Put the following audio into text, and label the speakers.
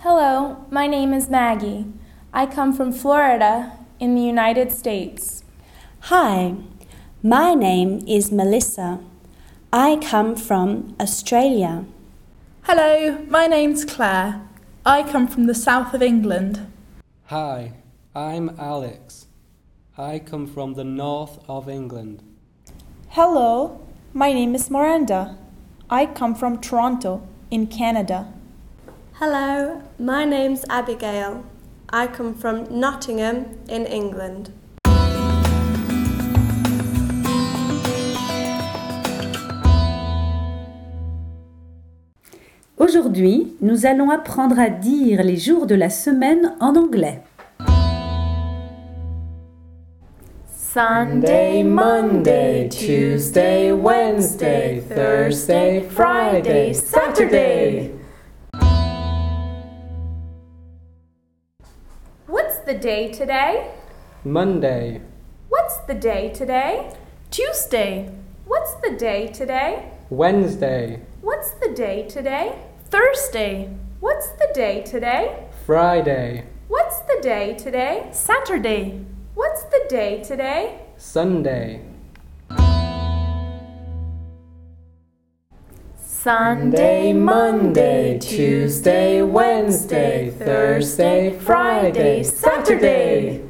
Speaker 1: Hello, my name is Maggie. I come from Florida in the United States.
Speaker 2: Hi, my name is Melissa. I come from Australia.
Speaker 3: Hello, my name's Claire. I come from the south of England.
Speaker 4: Hi, I'm Alex. I come from the north of England.
Speaker 5: Hello, my name is Miranda. I come from Toronto in Canada.
Speaker 6: Hello, my name's Abigail. I come from Nottingham in England.
Speaker 7: Aujourd'hui, nous allons apprendre à dire les jours de la semaine en anglais.
Speaker 8: Sunday, Monday, Tuesday, Wednesday, Thursday, Friday, Saturday.
Speaker 1: What's the day today?
Speaker 4: Monday,
Speaker 1: What's the day today?
Speaker 5: Tuesday,
Speaker 1: What's the day today?
Speaker 4: Wednesday,
Speaker 1: What's the day today?
Speaker 5: Thursday,
Speaker 1: What's the day today?
Speaker 4: Friday,
Speaker 1: What's the day today?
Speaker 5: Saturday,
Speaker 1: What's the day today?
Speaker 4: Sunday,
Speaker 8: Sunday, Monday, Tuesday, Wednesday, Thursday, Friday, Saturday.